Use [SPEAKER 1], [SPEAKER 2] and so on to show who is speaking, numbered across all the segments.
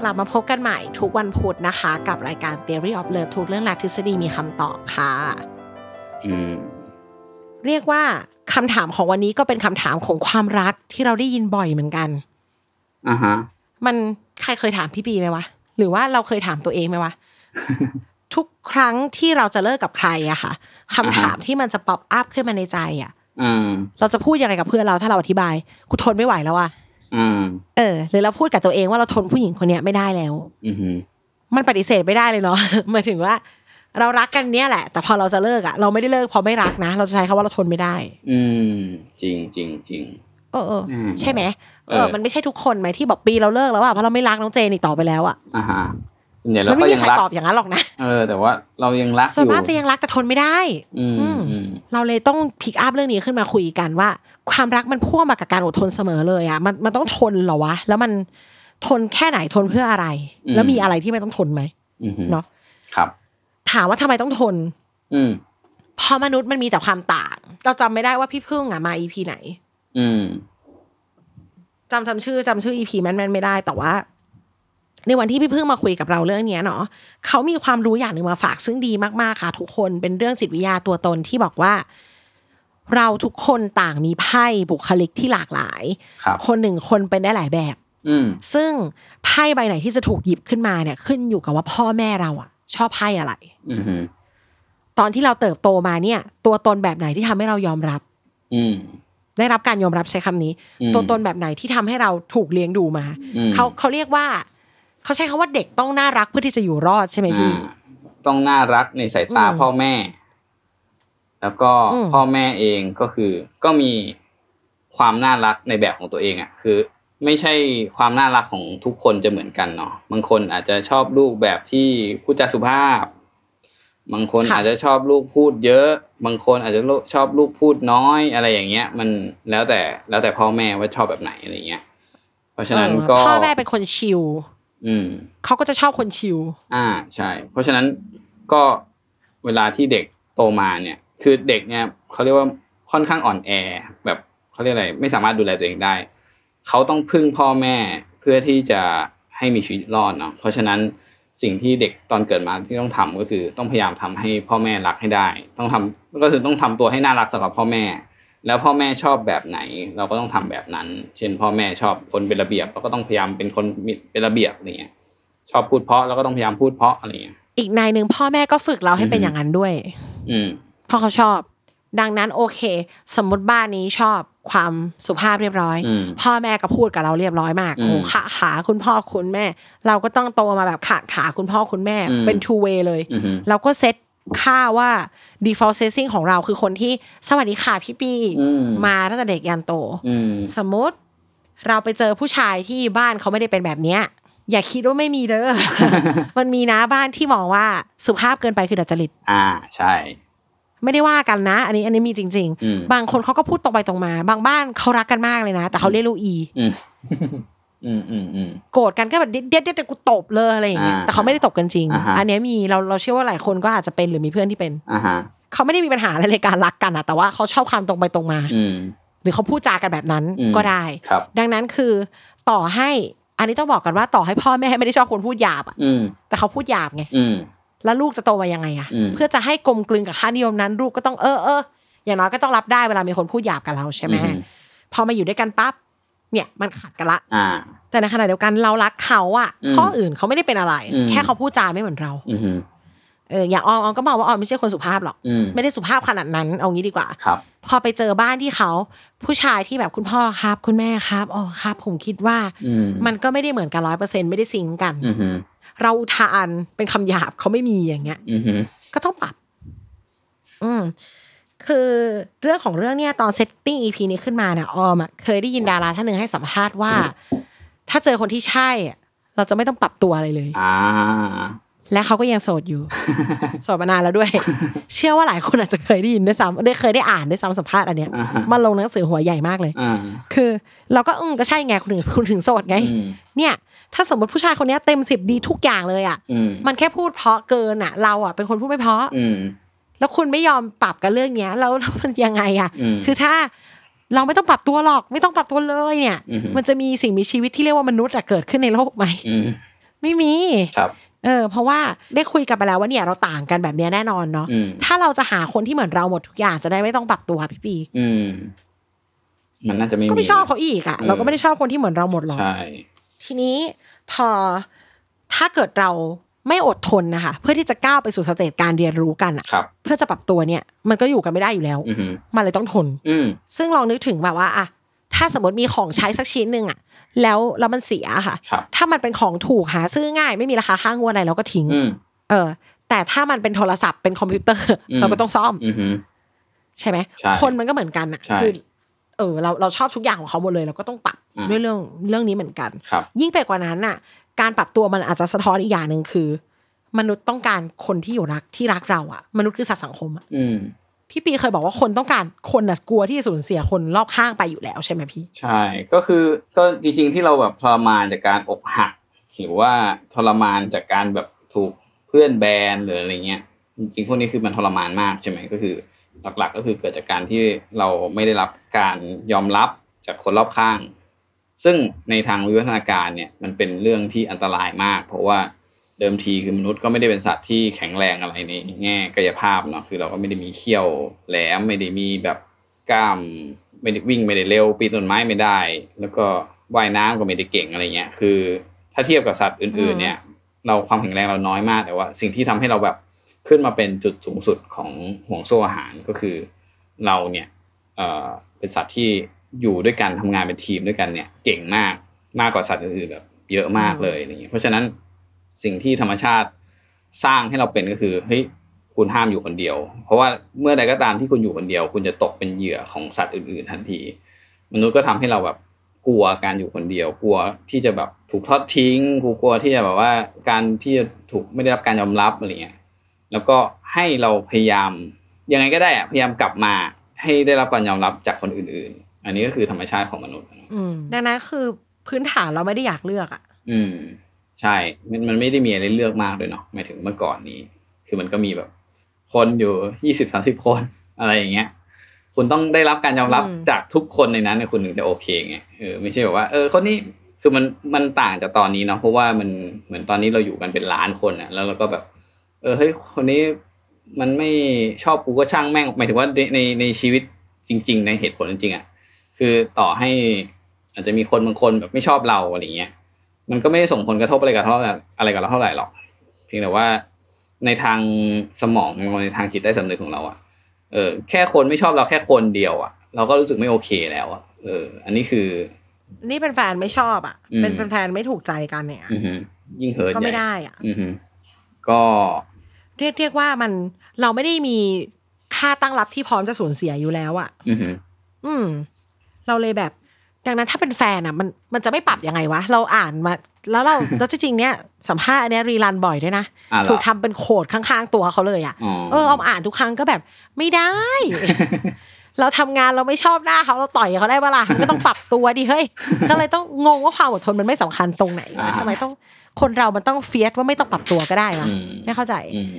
[SPEAKER 1] กลับมาพบกันใหม่ทุกวันพุธนะคะ กับรายการ Theory of Love ทุกเรื่องรักทฤษฎีมีคำตอบค่ะ
[SPEAKER 2] อืม
[SPEAKER 1] เรียกว่าคำถามของวันนี้ก็เป็นคำถามของความรักที่เราได้ยินบ่อยเหมือนกัน
[SPEAKER 2] อ่ะฮะ
[SPEAKER 1] มันใครเคยถามพี่ปีไหมวะ หรือว่าเราเคยถามตัวเองไหมวะ ทุกครั้งที่เราจะเลิกกับใครอะค่ะคำถามที่มันจะป๊อปอัพขึ้นมาในใจอะ
[SPEAKER 2] อืม
[SPEAKER 1] เราจะพูดยังไงกับเพื่อนเราถ้าเราอธิบายกูทนไม่ไหวแล้วอะ
[SPEAKER 2] อืม
[SPEAKER 1] เออหรือเราพูดกับตัวเองว่าเราทนผู้หญิงคนเนี้ยไม่ได้แล้ว
[SPEAKER 2] อือหือ
[SPEAKER 1] มันปฏิเสธไม่ได้เลยเนาะ หมายถึงว่า เรารักกันเนี้ยแหละ แต่พอเราจะเลิกอะเราไม่ได้เลิกเพราะไม่รักนะ เราจะใช้คำว่าเราทนไม่ได้
[SPEAKER 2] อืม จริงจริงจริง
[SPEAKER 1] เออเอออ
[SPEAKER 2] ม
[SPEAKER 1] ใช่ไหมเอ
[SPEAKER 2] เอ
[SPEAKER 1] อ
[SPEAKER 2] อ
[SPEAKER 1] มันไม่ใช่ทุกคนไหมที่บอกปีเราเลิกแล้วอะเพราะเราไม่รักน้องเจนอีกต่อไปแล้วอะ
[SPEAKER 2] อ่ะฮะส่วนใหญ่เรา
[SPEAKER 1] มัน
[SPEAKER 2] ก็
[SPEAKER 1] ไม่มี
[SPEAKER 2] ยัง
[SPEAKER 1] ใคร
[SPEAKER 2] รัก
[SPEAKER 1] ตอบอย่างนั้นหรอกนะ
[SPEAKER 2] เออ แต่ว่าเรายังรักอ
[SPEAKER 1] ส่วน
[SPEAKER 2] ยู่
[SPEAKER 1] มากจะยังรักแต่ทนไม่ได้
[SPEAKER 2] อืม
[SPEAKER 1] อืม
[SPEAKER 2] อืม
[SPEAKER 1] เราเลยต้องพิกอัพเรื่องนี้ขึ้นมาคุยกันว่า ความรักมันพ่วงมากับการอดทนเสมอเลยอะมันมันต้องทนเหรอวะ แล้วมันทนแค่ไหนทนเพื่ออะไร
[SPEAKER 2] อืม
[SPEAKER 1] แล้วมีอะไรที่ไม่ต้องทนไหม
[SPEAKER 2] อือหือ
[SPEAKER 1] เนาะ
[SPEAKER 2] ครับ
[SPEAKER 1] ถามว่าทำไมต้องทน
[SPEAKER 2] อืม
[SPEAKER 1] เพราะมนุษย์มันมีแต่ความต่าง เราจำไม่ได้ว่าพี่พึ่งอะมาอีพีไหน
[SPEAKER 2] อืม
[SPEAKER 1] จำจำชื่อจำชื่ออีพีแม่นๆไม่ได้แต่ว่า ในวันที่พี่พึ่งมาคุยกับเราเรื่องเนี้ยเนาะเขามีความรู้อย่างหนึ่งมาฝากซึ่งดีมากๆค่ะ ทุกคนเป็นเรื่องจิตวิทยาตัวตนที่บอกว่า เราทุกคนต่างมีไพ่บุคลิกที่หลากหลาย
[SPEAKER 2] ครับ
[SPEAKER 1] คนหนึ่งคนเป็นได้หลายแบบ
[SPEAKER 2] อืม
[SPEAKER 1] ซึ่งไพ่ใบไหนที่จะถูกหยิบขึ้นมาเนี่ยขึ้นอยู่กับว่าพ่อแม่เราอะชอบไพ่อะไร
[SPEAKER 2] อือหือ
[SPEAKER 1] ตอนที่เราเติบโตมาเนี่ย ตัวตนแบบไหนที่ทำให้เรายอมรับ
[SPEAKER 2] อืม
[SPEAKER 1] ได้รับการยอมรับใช้คำนี้
[SPEAKER 2] อืม
[SPEAKER 1] ตัวตนแบบไหนที่ทำให้เราถูกเลี้ยงดูมา
[SPEAKER 2] อืม
[SPEAKER 1] เขาเขาเรียกว่าเขาใช้คำว่าเด็กต้องน่ารักเพื่อที่จะอยู่รอดใช่ไหม
[SPEAKER 2] อื
[SPEAKER 1] พี่
[SPEAKER 2] มต้องน่ารักในสายตา
[SPEAKER 1] อืม
[SPEAKER 2] พ่อแม่ แล้วก็
[SPEAKER 1] อืม
[SPEAKER 2] พ่อแม่เองก็คือ ก็มีความน่ารักในแบบของตัวเองอ่ะ คือ ไม่ใช่ความน่ารักของทุกคนจะเหมือนกันเนาะบางคนอาจจะชอบลูกแบบที่พูดจาสุภาพ บางคน
[SPEAKER 1] ค่ะ
[SPEAKER 2] อาจจะชอบลูกพูดเยอะ บางคนอาจจะชอบลูกพูดน้อยอะไรอย่างเงี้ย มันแล้วแต่แล้วแต่พ่อแม่ว่าชอบแบบไหนอะไรเงี้ย เพราะฉะนั้นก็
[SPEAKER 1] เออพ่อแม่เป็นคนชิล
[SPEAKER 2] อืม
[SPEAKER 1] เขาก็จะชอบคนชิล
[SPEAKER 2] อ่าใช่ เพราะฉะนั้นก็เวลาที่เด็กโตมาเนี่ย คือเด็กเนี่ยเขาเรียกว่าค่อนข้างอ่อนแอ แบบเขาเรียกอะไรไม่สามารถดูแลตัวเองได้ เขาต้องพึ่งพ่อแม่เพื่อที่จะให้มีชีวิตรอดเนาะเพราะฉะนั้นสิ่งที่เด็กตอนเกิดมาที่ต้องทำก็คือต้องพยายามทำให้พ่อแม่รักให้ได้ ต้องทำก็คือต้องทำตัวให้น่ารักสำหรับพ่อแม่ แล้วพ่อแม่ชอบแบบไหน เราก็ต้องทำแบบนั้น เช่น พ่อแม่ชอบคนเป็นระเบียบเราก็ต้องพยายามเป็นคนมีเป็นระเบียบอะไรเงี้ย ชอบพูดเพราะเราก็ต้องพยายามพูดเพราะอะไรเงี้ย
[SPEAKER 1] อีกนายหนึ่งพ่อแม่ก็ฝึกเราให้เป็น
[SPEAKER 2] อือฮึ
[SPEAKER 1] อย่างนั้นด้วย
[SPEAKER 2] อืม
[SPEAKER 1] เพราะเขาชอบ ดังนั้นโอเค สมมติบ้านนี้ชอบความสุภาพเรียบร้อย
[SPEAKER 2] อืม
[SPEAKER 1] พ่อแม่ก็พูดกับเราเรียบร้อยมาก
[SPEAKER 2] อืม
[SPEAKER 1] โอ้ขาขาคุณพ่อคุณแม่ เราก็ต้องโตมาแบบขาขาคุณพ่อคุณแม่
[SPEAKER 2] อืม
[SPEAKER 1] เป็น two way เลย
[SPEAKER 2] อือหือ
[SPEAKER 1] เราก็เซตค่าว่า default setting ของเราคือคนที่สวัสดีค่ะพี่ปี
[SPEAKER 2] อืม
[SPEAKER 1] มาตั้งแต่เด็กยันโต
[SPEAKER 2] อืม
[SPEAKER 1] สมมติเราไปเจอผู้ชายที่บ้านเขาไม่ได้เป็นแบบเนี้ยอย่าคิดว่าไม่มีเด้ อ มันมีนะบ้านที่มองว่าสุภาพเกินไปคือดัจจริต
[SPEAKER 2] อ่าใช่
[SPEAKER 1] ไม่ได้ว่ากันนะ อันนี้อันนี้มีจริง
[SPEAKER 2] อืม
[SPEAKER 1] ๆ บางคนเขาก็พูดตรงไปตรงมา บางบ้านเขารักกันมากเลยนะ แต่เขาเรียกลูกอี
[SPEAKER 2] อืม อืมอืมอืม
[SPEAKER 1] โกรธกันก็แบบเด็ดเด็ดเด็ดเด็ดกูตบเลยอะไรอย่างเงี้ย
[SPEAKER 2] อ่า
[SPEAKER 1] แต่เขาไม่ได้ตบกันจริง
[SPEAKER 2] อ่าฮะ
[SPEAKER 1] อันเนี้ยมีเราเราเชื่อว่าหลายคนก็อาจจะเป็นหรือมีเพื่อนที่เป็น
[SPEAKER 2] อ่าฮะ
[SPEAKER 1] เขาไม่ได้มีปัญหาอะไรในการรักกันอะแต่ว่าเขาชอบความตรงไปตรงมา
[SPEAKER 2] อืม
[SPEAKER 1] หรือเขาพูดจากันแบบนั้น
[SPEAKER 2] อืม
[SPEAKER 1] ก็ได้
[SPEAKER 2] ครับ
[SPEAKER 1] ดังนั้นคือต่อให้อันนี้ต้องบอกกันว่าต่อให้พ่อแม่ไม่ได้ชอบคนพูดหยาบอะ
[SPEAKER 2] อืม
[SPEAKER 1] แต่เขาพูดหยาบไง
[SPEAKER 2] อืม
[SPEAKER 1] แล้วลูกจะโตมายังไงอะ
[SPEAKER 2] อืม
[SPEAKER 1] เพื่อจะให้กลมกลืนกับค่านิยมนั้น ลูกก็ต้องเออเอออย่างน้อยก็ต้องรับได้เวลามีคนพูดหยาบกับเราใช่ไหม
[SPEAKER 2] อื
[SPEAKER 1] พอมาอยู่ด้วยกันปั๊บเนี่ยมันขัดกันละ
[SPEAKER 2] อ่า
[SPEAKER 1] แต่ในขณะเดียวกันเรารักเขาอะ
[SPEAKER 2] อืม
[SPEAKER 1] ข้ออื่นเขาไม่ได้เป็นอะไร
[SPEAKER 2] อืม
[SPEAKER 1] แค่เขาพูดจาไม่เหมือนเรา
[SPEAKER 2] อืม
[SPEAKER 1] เอออย่างออมออมก็มองว่าออมไม่ใช่คนสุภาพหรอก
[SPEAKER 2] อืม
[SPEAKER 1] ไม่ได้สุภาพขนาดนั้นเอางี้ดีกว่า
[SPEAKER 2] ครับ
[SPEAKER 1] พอไปเจอบ้านที่เขา ผู้ชายที่แบบคุณพ่อครับ คุณแม่ครับอ๋อครับ ผมคิดว่า
[SPEAKER 2] อืม
[SPEAKER 1] มันก็ไม่ได้เหมือนกันร้อยเปอร์เซ็นไม่ได้ซิงก์กัน
[SPEAKER 2] อืมอืม
[SPEAKER 1] เราอุทานเป็นคำหยาบเขาไม่มีอย่างเงี้ย
[SPEAKER 2] อืม
[SPEAKER 1] ก็ต้องปรับ อืม คือเรื่องของเรื่องเนี่ยตอนเซตติ้ง EP นี้ขึ้นมาเนี่ยออมอะเคยได้ยินดาราท่านหนึ่งให้สัมภาษณ์ว่า ถ้าเจอคนที่ใช่อะเราจะไม่ต้องปรับตัวอะไรเลย
[SPEAKER 2] อ่า
[SPEAKER 1] และเขาก็ยังโสด อยู่ โสดมานานแล้วด้วย เชื่อว่าหลายคนอาจจะเคยได้ยินด้วยซ้ำได้เคยได้อ่านด้วยซ้ำสัมภาษณ์อันเนี้ย
[SPEAKER 2] อ่าฮะ
[SPEAKER 1] มันลงหนังสือหัวใหญ่มากเลย
[SPEAKER 2] อ่า
[SPEAKER 1] คือ เราก็อืมก็ใช่ไงคุณถึงคุณถึงโสดไง
[SPEAKER 2] อืม
[SPEAKER 1] เนี่ย ถ้าสมมติผู้ชายคนเนี้ยเต็มสิบดีทุกอย่างเลยอ่ะ
[SPEAKER 2] อืม
[SPEAKER 1] มันแค่พูดเพราะเกินอ่ะ เราอ่ะเป็นคนพูดไม่เพราะ
[SPEAKER 2] อืม
[SPEAKER 1] แล้วคุณไม่ยอมปรับกับเรื่องเนี้ยแล้ว แล้วมันยังไงอะ
[SPEAKER 2] อืม
[SPEAKER 1] คือถ้าเราไม่ต้องปรับตัวหรอก ไม่ต้องปรับตัวเลยเนี่ย
[SPEAKER 2] อือหือ
[SPEAKER 1] มันจะมีสิ่งมีชีวิตที่เรียกว่ามนุษย์อะเกิดขึ้นในโลกไหม
[SPEAKER 2] อืม
[SPEAKER 1] ไม่มี
[SPEAKER 2] ครับ
[SPEAKER 1] เออ เพราะว่าได้คุยกันไปแล้วว่าเนี่ยเราต่างกันแบบเนี้ยแน่นอนเนาะ
[SPEAKER 2] อืม
[SPEAKER 1] ถ้าเราจะหาคนที่เหมือนเราหมดทุกอย่างจะได้ไม่ต้องปรับตัวพี่ปี
[SPEAKER 2] อืม มันน่าจะไม่
[SPEAKER 1] ก็ไม่
[SPEAKER 2] มี
[SPEAKER 1] ชอบเขาอีกอะ
[SPEAKER 2] อืม
[SPEAKER 1] เราก็ไม่ได้ชอบคนที่เหมือนเราหมดหรอก
[SPEAKER 2] ใช่
[SPEAKER 1] ทีนี้พอถ้าเกิดเราไม่อดทนนะคะเพื่อที่จะก้าวไปสู่สเตจการเรียนรู้กันอะ
[SPEAKER 2] ครับ
[SPEAKER 1] เพื่อจะปรับตัวเนี่ย มันก็อยู่กันไม่ได้อยู่แล้ว
[SPEAKER 2] อืม
[SPEAKER 1] มันเลยต้องทน
[SPEAKER 2] อืม
[SPEAKER 1] ซึ่งลองนึกถึงแบบว่าอะถ้าสมมติมีของใช้สักชิ้นหนึ่งอะแล้วแล้วมันเสียค่ะ
[SPEAKER 2] ครับ
[SPEAKER 1] ถ้ามันเป็นของถูกหาซื้อง่าย ไม่มีราคาข้างวดอะไรเราก็ทิ้ง
[SPEAKER 2] อืม
[SPEAKER 1] เออ แต่ถ้ามันเป็นโทรศัพท์เป็นคอมพิวเตอร์
[SPEAKER 2] อืม
[SPEAKER 1] เราก็ต้องซ่อม
[SPEAKER 2] อืม
[SPEAKER 1] ใช่ไหม
[SPEAKER 2] ใช่
[SPEAKER 1] คนมันก็เหมือนกันอะ
[SPEAKER 2] ใช่
[SPEAKER 1] คือเออเราเราชอบทุกอย่างของเขาหมดเลยเราก็ต้องปรับ
[SPEAKER 2] อืม
[SPEAKER 1] ด้วยเรื่องเรื่องนี้เหมือนกัน
[SPEAKER 2] ครับ
[SPEAKER 1] ยิ่งไปกว่านั้นอะการปรับตัวมันอาจจะสะท้อนอีกอย่างหนึ่งคือ มนุษย์ต้องการคนที่อยู่รักที่รักเราอะมนุษย์คือสัตว์สังคมอะ
[SPEAKER 2] อืม
[SPEAKER 1] พี่ปีเคยบอกว่าคนต้องการคนอะกลัวที่จะสูญเสียคนรอบข้างไปอยู่แล้วใช่ไหมพี่
[SPEAKER 2] ใช่ ก็คือ ก็จริง ๆ ที่เราแบบทรมานจากการอกหัก หรือว่าทรมานจากการแบบถูกเพื่อนแบนหรืออะไรเงี้ย จริงๆ พวกนี้คือมันทรมานมากใช่ไหม ก็คือ หลักๆ ก็คือเกิดจากการที่เราไม่ได้รับการยอมรับจากคนรอบข้าง ซึ่งในทางวิวัฒนาการเนี่ย มันเป็นเรื่องที่อันตรายมาก เพราะว่าเดิมทีคือมนุษย์ก็ไม่ได้เป็นสัตว์ที่แข็งแรงอะไรในแง่กายภาพเนาะ คือเราก็ไม่ได้มีเขี้ยวแหลม ไม่ได้มีแบบกล้าม ไม่ได้วิ่งไม่ได้เร็ว ปีนต้นไม้ไม่ได้ แล้วก็ว่ายน้ำก็ไม่ได้เก่งอะไรเงี้ย คือ ถ้าเทียบกับสัตว์อื่น ๆ เนี่ย เราความแข็งแรงเราน้อยมากแต่ว่า สิ่งที่ทำให้เราแบบขึ้นมาเป็นจุดสูงสุดของห่วงโซ่อาหารก็คือเราเนี่ยเอ่อเป็นสัตว์ที่อยู่ด้วยกันทำงานเป็นทีมด้วยกันเนี่ยเก่งมากมากกว่าสัตว์อื่นๆแบบเยอะมากเลยอย่างเงี้ยเพราะฉะนั้นสิ่งที่ธรรมชาติสร้างให้เราเป็นก็คือเฮ้ยคุณห้ามอยู่คนเดียว เพราะว่าเมื่อใดก็ตามที่คุณอยู่คนเดียว คุณจะตกเป็นเหยื่อของสัตว์อื่นๆ ทันที มนุษย์ก็ทำให้เราแบบกลัวการอยู่คนเดียว กลัวที่จะแบบถูกทอดทิ้งกลัวที่จะแบบว่าการที่จะถูกไม่ได้รับการยอมรับอะไรเงี้ยแล้วก็ให้เราพยายามยังไงก็ได้อะพยายามกลับมาให้ได้รับการยอมรับจากคนอื่น ๆ อันนี้ก็คือธรรมชาติของมนุษย์
[SPEAKER 1] ดังนั้นคือพื้นฐานเราไม่ได้อยากเลือกอะ
[SPEAKER 2] อืม ใช่ มันมันไม่ได้มีอะไรเลือกมากด้วยเนาะหมายถึงเมื่อก่อนนี้ คือมันก็มีแบบ คนอยู่ยี่สิบสาสิบคน อะไรอย่างเงี้ย คุณต้องได้รับการยอมรับจากทุกคนในนั้นเนี่ยคุณถึงจะโอเคไงเออไม่ใช่แบบว่า เออคนนี้คือมันมันต่างจากตอนนี้เนาะเพราะว่ามันเหมือนตอนนี้เราอยู่กันเป็นล้านคนอะแล้วเราก็แบบ เออเฮ้ยคนนี้มันไม่ชอบกูก็ช่างแม่งหมายถึงว่าในในในชีวิตจริง ๆ ในเหตุผลจริงๆอะ คือต่อให้อาจจะมีคนบางคนแบบไม่ชอบเราอะไรเงี้ย มันก็ไม่ได้ส่งผลกระทบอะไรกับเท่าไหร่อะไรกับเราเท่าไหร่หรอก เพียงแต่ว่าในทางสมองของเราในทางจิตใต้สำนึกของเราอะเออแค่คนไม่ชอบเราแค่คนเดียวอะเราก็รู้สึกไม่โอเคแล้วอะเออ อันนี้คือ
[SPEAKER 1] นี่เป็นแฟนไม่ชอบอะ
[SPEAKER 2] อืม
[SPEAKER 1] เป็นเป็นแฟนไม่ถูกใจกันเนี่ย
[SPEAKER 2] อือหือยิ่งเหิน
[SPEAKER 1] ก็
[SPEAKER 2] ใหญ่
[SPEAKER 1] ไม่ได้อะ
[SPEAKER 2] อือหือก็
[SPEAKER 1] เรียกเรียกว่ามันเราไม่ได้มีค่าตั้งรับที่พร้อมจะสูญเสียอยู่แล้วอะ
[SPEAKER 2] อือหือ
[SPEAKER 1] อืม เราเลยแบบดังนั้นถ้าเป็นแฟนอะมันมันจะไม่ปรับยังไงวะเราอ่านมา แล้วเรา แล้วจริงๆเนี่ยสัมภาษณ์อันเนี้ยรีรันบ่อยด้วยนะ
[SPEAKER 2] อ่าเหรอ
[SPEAKER 1] ถูกทำเป็นโขดข้างๆตัวเขาเลยอะ
[SPEAKER 2] อ๋อ
[SPEAKER 1] เออออมอ่านทุกครั้งก็แบบไม่ ได้ เราทำงานเราไม่ชอบหน้าเขาเราต่อยเขาได้ปะล่ะมันก็ต้องปรับตัวดิเฮ้ย ก็เลยต้องงงว่าความอดทนมันไม่สำคัญตรงไหนวะทำไมต้องคนเรามันต้องเฟียสว่าไม่ต้องปรับตัวก็ได้วะ
[SPEAKER 2] อืม
[SPEAKER 1] ไม่เข้าใจ
[SPEAKER 2] อืม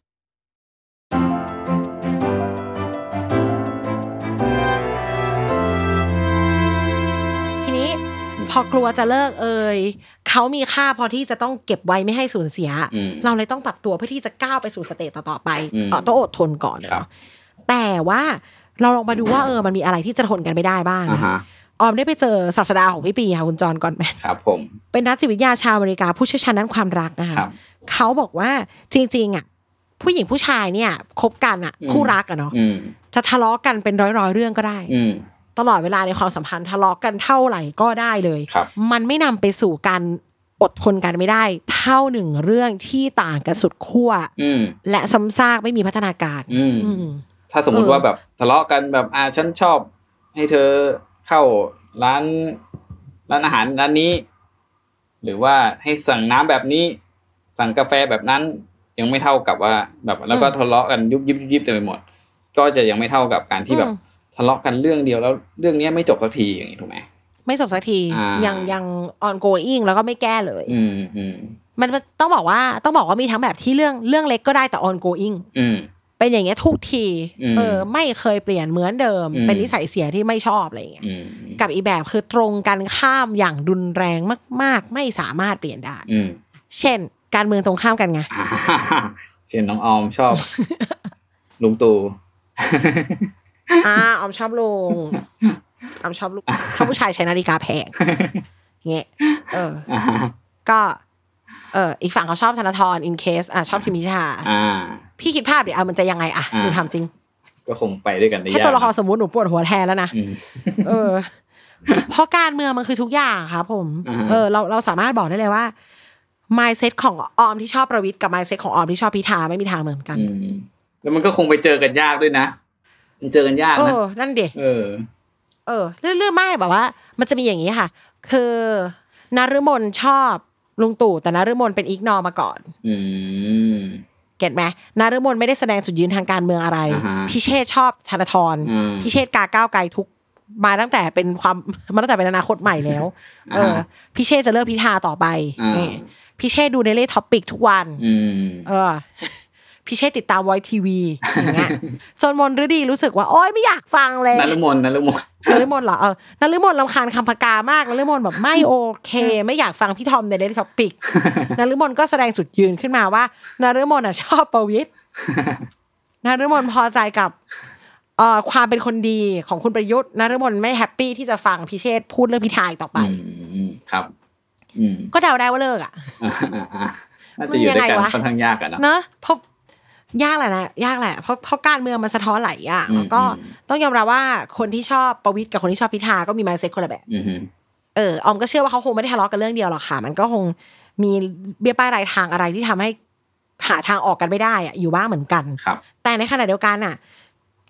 [SPEAKER 1] ทีนี้พอกลัวจะเลิกเอ่ยเขามีค่าพอที่จะต้องเก็บไว้ไม่ให้สูญเสีย
[SPEAKER 2] อืม
[SPEAKER 1] เราเลยต้องปรับตัวเพื่อที่จะก้าวไปสู่สเตจต่อๆไป
[SPEAKER 2] อืม
[SPEAKER 1] ต่อต้องอดทนก่อน
[SPEAKER 2] ครับ
[SPEAKER 1] เนาะแต่ว่าเราลองมาดูว่าเออมันมีอะไรที่จะทนกันไม่ได้บ้าง
[SPEAKER 2] อ่า
[SPEAKER 1] นะ
[SPEAKER 2] ฮะ
[SPEAKER 1] ออมได้ไปเจอศาสดาของพี่ปีค่ะคุณจอห์นกอนแม น
[SPEAKER 2] ครับผม
[SPEAKER 1] เป็นนักจิตวิทยาชาวอเมริกาผู้เชี่ยวชาญด้านความรักนะคะ
[SPEAKER 2] ครับ
[SPEAKER 1] เขาบอกว่าจริงๆอ่ะผู้หญิงผู้ชายเนี่ยคบกันอ่ะ
[SPEAKER 2] อืม
[SPEAKER 1] คู่รักอะเนาะ
[SPEAKER 2] อืม
[SPEAKER 1] จะทะเลาะกันเป็นร้อยๆเรื่องก็ได้
[SPEAKER 2] อืม
[SPEAKER 1] ตลอดเวลาในความสัมพันธ์ทะเลาะกันเท่าไหร่ก็ได้เลย
[SPEAKER 2] ครับ
[SPEAKER 1] มันไม่นำไปสู่การอดทนกันไม่ได้ เท่าหนึ่งเรื่องที่ต่างกันสุดขั้ว
[SPEAKER 2] อืม
[SPEAKER 1] และซ้ำซากไม่มีพัฒนาการ
[SPEAKER 2] อืม
[SPEAKER 1] อืม
[SPEAKER 2] ถ้าสมมุติ
[SPEAKER 1] เออ
[SPEAKER 2] ว่าแบบทะเลาะกันแบบอ่าฉันชอบ ให้เธอเข้าร้านร้านอาหารร้านนี้ หรือว่าให้สั่งน้ำแบบนี้ สั่งกาแฟแบบนั้น ยังไม่เท่ากับว่า แบบแล้วก็ทะเลาะกันยุบยิบยุบยิบเต็มไปหมด ก็จะยังไม่เท่ากับการที่แบบ
[SPEAKER 1] อืม
[SPEAKER 2] ทะเลาะกันเรื่องเดียวแล้วเรื่องเนี้ยไม่จบสักทีอย่างนี้ถูกไหม
[SPEAKER 1] ไม่จบสักที
[SPEAKER 2] อ่ายั
[SPEAKER 1] ยังยัง ongoing แล้วก็ไม่แก้เลย
[SPEAKER 2] อืมอืม
[SPEAKER 1] มันต้องบอกว่าต้องบอกว่ามีทั้งแบบที่เรื่องเรื่องเล็กก็ได้แต่ ongoing
[SPEAKER 2] อืม
[SPEAKER 1] เป็นอย่างเงี้ยทุกที
[SPEAKER 2] อืม
[SPEAKER 1] เออ ไม่เคยเปลี่ยนเหมือนเดิม
[SPEAKER 2] อืม
[SPEAKER 1] เป็นนิสัยเสียที่ไม่ชอบอะไรอย่างเงี้ย
[SPEAKER 2] อืม
[SPEAKER 1] กับอีกแบบคือตรงกันข้ามอย่างรุนแรงมาก ๆ ไม่สามารถเปลี่ยนได้
[SPEAKER 2] อืม
[SPEAKER 1] เช่น การเมืองตรงข้ามกันไง
[SPEAKER 2] อ่าเช่นน้องออมชอบ ลุงตู่
[SPEAKER 1] อ่า ออมชอบลงออมชอบลูกเขาผู้ชายใช้นาฬิกาแพงเงี้ย เออ
[SPEAKER 2] อ่า
[SPEAKER 1] ก็ เออ อีกฝั่งเขาชอบธนาธรอินเคส อ่ะชอบทิมพิธา
[SPEAKER 2] อ่า
[SPEAKER 1] พี่คิดภาพดิอ่ะมันจะยังไงอ่ะ
[SPEAKER 2] อ่า
[SPEAKER 1] หนูทำจริง
[SPEAKER 2] ก็คงไปด้วยกันได้
[SPEAKER 1] แค่
[SPEAKER 2] ยาก
[SPEAKER 1] ตัวละครสมมติหนูปวดหัวแทนแล้วนะ
[SPEAKER 2] อืม
[SPEAKER 1] เออ เพราะการเมืองมันคือทุกอย่างครับผม
[SPEAKER 2] อ่าฮะ
[SPEAKER 1] เออ เราเราสามารถบอกได้เลยว่า mindset ของออมที่ชอบประวิทย์กับ mindset ของออมที่ชอบพิธาไม่มีทางเหมือนกัน
[SPEAKER 2] อืมแล้วมันก็คงไปเจอกันยากด้วยนะ มันเจอกันยาก
[SPEAKER 1] เอ
[SPEAKER 2] นะ
[SPEAKER 1] อ นั่นเด็
[SPEAKER 2] เออ
[SPEAKER 1] เออ เรื่องเรื่องไม่แบบว่า มันจะมีอย่างนี้ค่ะ คือนารมนชอบลุงตู่แต่นารมนเป็นอีกนอมาก่อน
[SPEAKER 2] อืม
[SPEAKER 1] เก็ตไหมนารมนไม่ได้แสดงจุดยืนทางการเมืองอะไร
[SPEAKER 2] อ่าฮะ
[SPEAKER 1] พิเชษชอบธนาธร
[SPEAKER 2] อืม
[SPEAKER 1] พิเชษกาก้าวไกลทุกมาตั้งแต่เป็นความ มาตั้งแต่เป็นอนาคตใหม่แล้ว เออ
[SPEAKER 2] อ่าฮะ
[SPEAKER 1] พิเชษจะเลิกพิธาต่อไป
[SPEAKER 2] อ่า
[SPEAKER 1] นี่พิเชษดูในเล่ท็อปิกทุกวัน
[SPEAKER 2] อืม
[SPEAKER 1] เออ พิเชษติดตามไว้ทีวีอย่างเงี้ย จนมนฤดีรู้สึกว่า โอ๊ยไม่อยากฟังเลย
[SPEAKER 2] นัลมนนัลมน
[SPEAKER 1] นฤมลเหรอเออนฤมลลำคาญคำพกามากนฤมลแบบไม่โอเค ไม่อยากฟังพี่ทอมในเล่ท็อปิกนฤมลก็แสดงจุดยืนขึ้นมาว่านฤมลอ่ะชอบประวิตร นารมนพอใจกับเอ่อความเป็นคนดีของคุณประยุทธ์นารมนไม่แฮปปี้ที่จะฟังพิเชษพูดเรื่องพิธาอีกต่อไป
[SPEAKER 2] อืมครับ อืม
[SPEAKER 1] ก็เดาได้ว่าเลิกอ่ะ
[SPEAKER 2] อ่าอ่าอ่าน่าจะอยู่ด้วยกัน
[SPEAKER 1] มันยังไงวะ
[SPEAKER 2] ค่อนข้างยากอะเนาะ
[SPEAKER 1] เนอะเพราะยากแหละนะยากแหละเพราะเพราะการเมืองมันสะท้อนหลายอย่าง
[SPEAKER 2] อืม
[SPEAKER 1] แล้วก็
[SPEAKER 2] อืม
[SPEAKER 1] ต้องยอมรับว่าคนที่ชอบประวิทย์กับคนที่ชอบพิธาก็มีมายเซ็ตคนละแบบ
[SPEAKER 2] อืมฮึ
[SPEAKER 1] เออออมก็เชื่อว่าเขาคงไม่ได้ทะเลาะกันเรื่องเดียวหรอกค่ะ มันก็คงมีเบี้ยป้ายรายทางอะไรที่ทำให้หาทางออกกันไม่ได้อะอยู่บ้างเหมือนกัน
[SPEAKER 2] ครับ
[SPEAKER 1] แต่ในขณะเดียวกันอ่ะ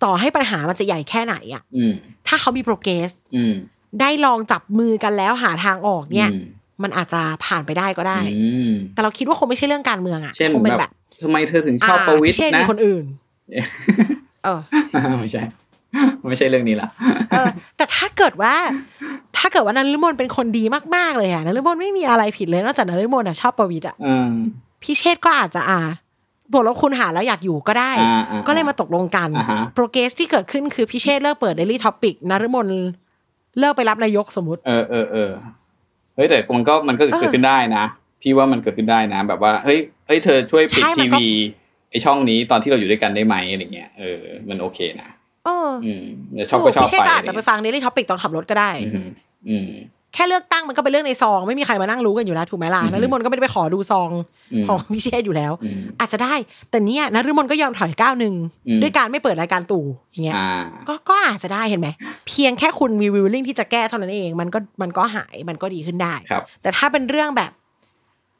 [SPEAKER 1] ต่อให้ปัญหามันจะใหญ่แค่ไหนอ่ะ
[SPEAKER 2] อืม
[SPEAKER 1] ถ้าเขามีโปรเกรส
[SPEAKER 2] อืม
[SPEAKER 1] ได้ลองจับมือกันแล้วหาทางออกเนี่ย
[SPEAKER 2] อืม
[SPEAKER 1] มันอาจจะผ่านไปได้ก็ได้
[SPEAKER 2] อืม
[SPEAKER 1] แต่เราคิดว่าคงไม่ใช่เรื่องการเมืองอ่ะ
[SPEAKER 2] เช่น
[SPEAKER 1] คงเป็น
[SPEAKER 2] แบ
[SPEAKER 1] แบบ บ
[SPEAKER 2] ทำไมเธอถึงชอบประวิต
[SPEAKER 1] าร พิเช่น
[SPEAKER 2] นะ
[SPEAKER 1] มีคนอื่น เออ
[SPEAKER 2] ไม่ใช่ ไม่ใช่เรื่องนี้ละ
[SPEAKER 1] เออ แต่ถ้าเกิดว่า ถ้าเกิดว่านันลมนเป็นคนดีมากๆเลยอะนันลมนไม่มีอะไรผิดเลยนอกจากนันลมนอ่ะชอบประวิตรอ่ะ
[SPEAKER 2] อืม
[SPEAKER 1] พี่เชษก็อาจจะอ่าบวกลบคูณหารแล้วอยากอยู่ก็ได้
[SPEAKER 2] อ่าอ่า
[SPEAKER 1] ก็เลยมาตกลงกัน
[SPEAKER 2] อ่าฮะ
[SPEAKER 1] โปรเกรสที่เกิดขึ้นคือพี่เชษเลิกเปิดเดลี่ท็อปิกนรมนเลิกไปรับนายกสมมติ
[SPEAKER 2] เออเออเออเฮ้ยแต่มันก็มันก็
[SPEAKER 1] เออ
[SPEAKER 2] เกิดขึ้นได้นะ พี่ว่ามันเกิดขึ้นได้นะ แบบว่าเฮ้ยเฮ้ยเธอช่วยปิด
[SPEAKER 1] ใช่มั
[SPEAKER 2] ที
[SPEAKER 1] นก็
[SPEAKER 2] วีไอช่องนี้ตอนที่เราอยู่ด้วยกันได้ไหมอะไรเงี้ยเออมันโอเคนะ
[SPEAKER 1] เออ
[SPEAKER 2] อืมเดี๋ยวชอบก็ชอบ
[SPEAKER 1] พี่เชษ
[SPEAKER 2] ไป
[SPEAKER 1] ก็อาจจะไปฟังเดลี่ท็อปิกตอนขับรถก็ได้
[SPEAKER 2] อืมอืม
[SPEAKER 1] แค่เลือกตั้งมันก็เป็นเรื่องในซอง ไม่มีใครมานั่งรู้กันอยู่แล้วถูกไหมล่ะ
[SPEAKER 2] อืม
[SPEAKER 1] นฤมลก็ไม่ได้ไปขอดูซอง
[SPEAKER 2] ม
[SPEAKER 1] ของพี่เชษอยู่แล้ว
[SPEAKER 2] อืม
[SPEAKER 1] อาจจะได้ แต่เนี่ยนฤมลก็ยอมถอยก้าวหนึ่ง
[SPEAKER 2] อืม
[SPEAKER 1] ด้วยการไม่เปิดรายการตู่อย่างเงี้ย
[SPEAKER 2] อ่า
[SPEAKER 1] ก็ก็อาจจะได้เห็นไหม เพียงแค่คุณมีวิวลิ่งที่จะแก้เท่านั้นเอง มันก็มันก็หายมันก็ดีขึ้นได้
[SPEAKER 2] ครับ
[SPEAKER 1] แต่ถ้าเป็นเรื่องแบบ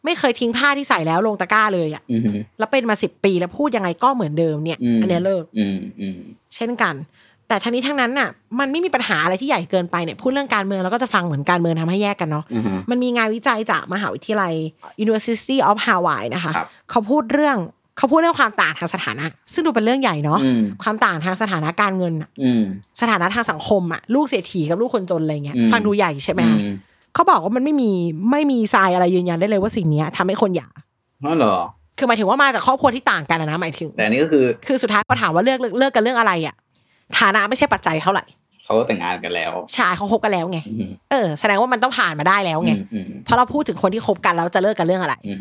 [SPEAKER 1] ไม่เคยทิ้งผ้าที่ใส่แล้วลงตะกร้าเลยอะ
[SPEAKER 2] อืม
[SPEAKER 1] แล้วเป็นมาสิบปีแล้วพูดยังไงก็เหมือนเดิมเนี่ย
[SPEAKER 2] อืม
[SPEAKER 1] อันเนี้ยเลิก
[SPEAKER 2] อืมอืม
[SPEAKER 1] เช่นกัน แต่ทั้งนี้ทั้งนั้นน่ะ มันไม่มีปัญหาอะไรที่ใหญ่เกินไปเนี่ยพูดเรื่องการเมืองแล้วก็จะฟังเหมือนการเมืองทำให้แยกกันเนาะ
[SPEAKER 2] อืม
[SPEAKER 1] มันมีงานวิจัยจากมหาวิทยาลัย University of Hawaii นะคะ
[SPEAKER 2] ครับ
[SPEAKER 1] เขาพูดเรื่องเขาพูดเรื่องความต่างทางสถานะ ซึ่งดูเป็นเรื่องใหญ่เนาะ
[SPEAKER 2] อืม
[SPEAKER 1] ความต่างทางสถานะการเงินน่ะ
[SPEAKER 2] อืม
[SPEAKER 1] สถานะทางสังคมอะลูกเศรษฐีกับลูกคนจนอะไรเงี้ย
[SPEAKER 2] อืม
[SPEAKER 1] ฟังดูใหญ่ใช่ไหมคะ
[SPEAKER 2] อืม
[SPEAKER 1] เขาบอกว่ามันไม่มีไม่มีทรายอะไรยืนยันได้เลยว่าสิ่งเนี้ยทำให้คนหย่า
[SPEAKER 2] อ๋อเหรอ
[SPEAKER 1] คือหมายถึงว่ามาจากครอบครัวที่ต่างกันอะนะหมายถึง
[SPEAKER 2] แต่อันนี่ก็คือ
[SPEAKER 1] คือสุดท้ายพอถามว่าเลิกเลิกเลิกกันเรื่องอะไรอะฐานะไม่ใช่ปัจจัยเท่าไหร่
[SPEAKER 2] เขาแต่งงานกันแล้ว
[SPEAKER 1] ชายเขาคบกันแล้วไง
[SPEAKER 2] อืม
[SPEAKER 1] เออแสดงว่ามันต้องผ่านมาได้แล้วไง
[SPEAKER 2] อืมอืม
[SPEAKER 1] เพราะเราพูดถึงคนที่คบกันแล้วจะเลิกกันเรื่องอะไร
[SPEAKER 2] อืม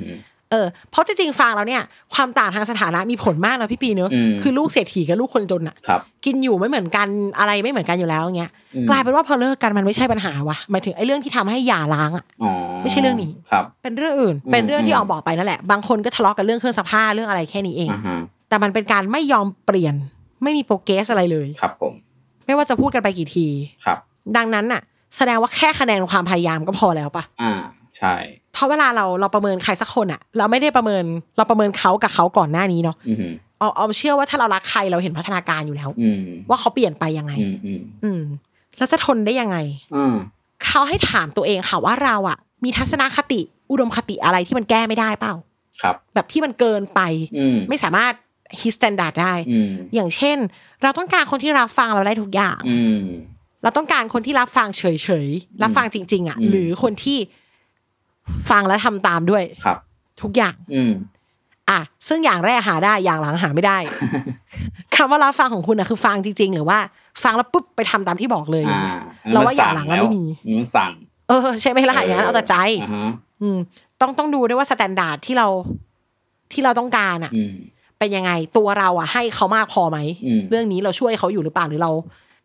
[SPEAKER 1] เออเพราะจริงๆฟังแล้วเนี่ยความต่างทางสถานะมีผลมากนะพี่ปีเนอะ
[SPEAKER 2] อืม
[SPEAKER 1] คือลูกเศรษฐีกับลูกคนจนอะ
[SPEAKER 2] ครับ
[SPEAKER 1] กินอยู่ไม่เหมือนกันอะไรไม่เหมือนกันอยู่แล้วเงี้ย
[SPEAKER 2] อืม
[SPEAKER 1] กลายเป็นว่าพอเลิกกันมันไม่ใช่ปัญหาวะหมายถึงไอ้เรื่องที่ทำให้หย่าร้างอะ
[SPEAKER 2] อ๋อ
[SPEAKER 1] ไม่ใช่เรื่องนี้
[SPEAKER 2] ครับ
[SPEAKER 1] เป็นเรื่องอื่น
[SPEAKER 2] อืม
[SPEAKER 1] เป็นเรื่องที่ออกบอกไปนั่นแหละ บางคนก็ทะเลาะกันเรื่องเครื่องสภาเรื่องอะไรแค่นี้เอง
[SPEAKER 2] อ่าฮะ
[SPEAKER 1] แต่มันเป็นการไม่ยอมเปลี่ยน ไม่มีโปรเกรสอะไรเลย
[SPEAKER 2] ครับผม
[SPEAKER 1] ไม่ว่าจะพูดกันไปกี่ที
[SPEAKER 2] ครับ
[SPEAKER 1] ดังนั้นน่ะ แสดงว่าแค่คะแนนความพยายามก็พอแล้วปะ
[SPEAKER 2] อ่าใช่
[SPEAKER 1] เพราะเวลาเราเราประเมินใครสักคนอะเราไม่ได้ประเมินเราประเมินเขากับเขาก่อนหน้านี้เนาะ
[SPEAKER 2] อืม
[SPEAKER 1] เอาเอาเชื่อว่าถ้าเรารักใครเราเห็นพัฒนาการอยู่แล้ว
[SPEAKER 2] อืม
[SPEAKER 1] ว่าเขาเปลี่ยนไปยังไง
[SPEAKER 2] อืมอืม
[SPEAKER 1] อืมแล้วจะทนได้ยังไง
[SPEAKER 2] อ่า
[SPEAKER 1] เขาให้ถามตัวเองค่ะว่าเราอะมีทัศนคติอุดมคติอะไรที่มันแก้ไม่ได้เปล่า
[SPEAKER 2] ครับ
[SPEAKER 1] แบบที่มันเกินไป
[SPEAKER 2] อืม
[SPEAKER 1] ไม่สามารถฮิสแตนดาร์ดได้
[SPEAKER 2] อืม
[SPEAKER 1] อย่างเช่น เราต้องการคนที่รับฟังเราได้ทุกอย่าง
[SPEAKER 2] อืม
[SPEAKER 1] เราต้องการคนที่รับฟังเฉยๆรับฟังจริง ๆอะ
[SPEAKER 2] อืม
[SPEAKER 1] หรือคนที่ฟังและทำตามด้วย
[SPEAKER 2] ครับ
[SPEAKER 1] ทุกอย่าง
[SPEAKER 2] อืม
[SPEAKER 1] อ่ะซึ่งอย่างแรกหาได้อย่างหลังหาไม่ได้ คำว่ารับฟังของคุณอะคือฟังจริง ๆ หรือว่าฟังแล้วปุ๊บไปทำตามที่บอกเลยอ
[SPEAKER 2] อ่า
[SPEAKER 1] ย่างเงี้ย
[SPEAKER 2] อันนั้น
[SPEAKER 1] เราว่าอย่างหลังอะ
[SPEAKER 2] สั่
[SPEAKER 1] ไม่มี
[SPEAKER 2] แล้วมันสั่ง
[SPEAKER 1] เออใช่ไหมล่ะอย่างนั้นเอาแต่ใจ
[SPEAKER 2] อ่าฮะ
[SPEAKER 1] อืมต้องต้องดูด้วยว่าสแตนดาร์ดที่เราที่เราต้องการอะ
[SPEAKER 2] อืม
[SPEAKER 1] เป็นยังไงตัวเราอะให้เขามากพอไหม
[SPEAKER 2] อืม
[SPEAKER 1] เรื่องนี้เราช่วยเขาอยู่หรือเปล่าหรือเรา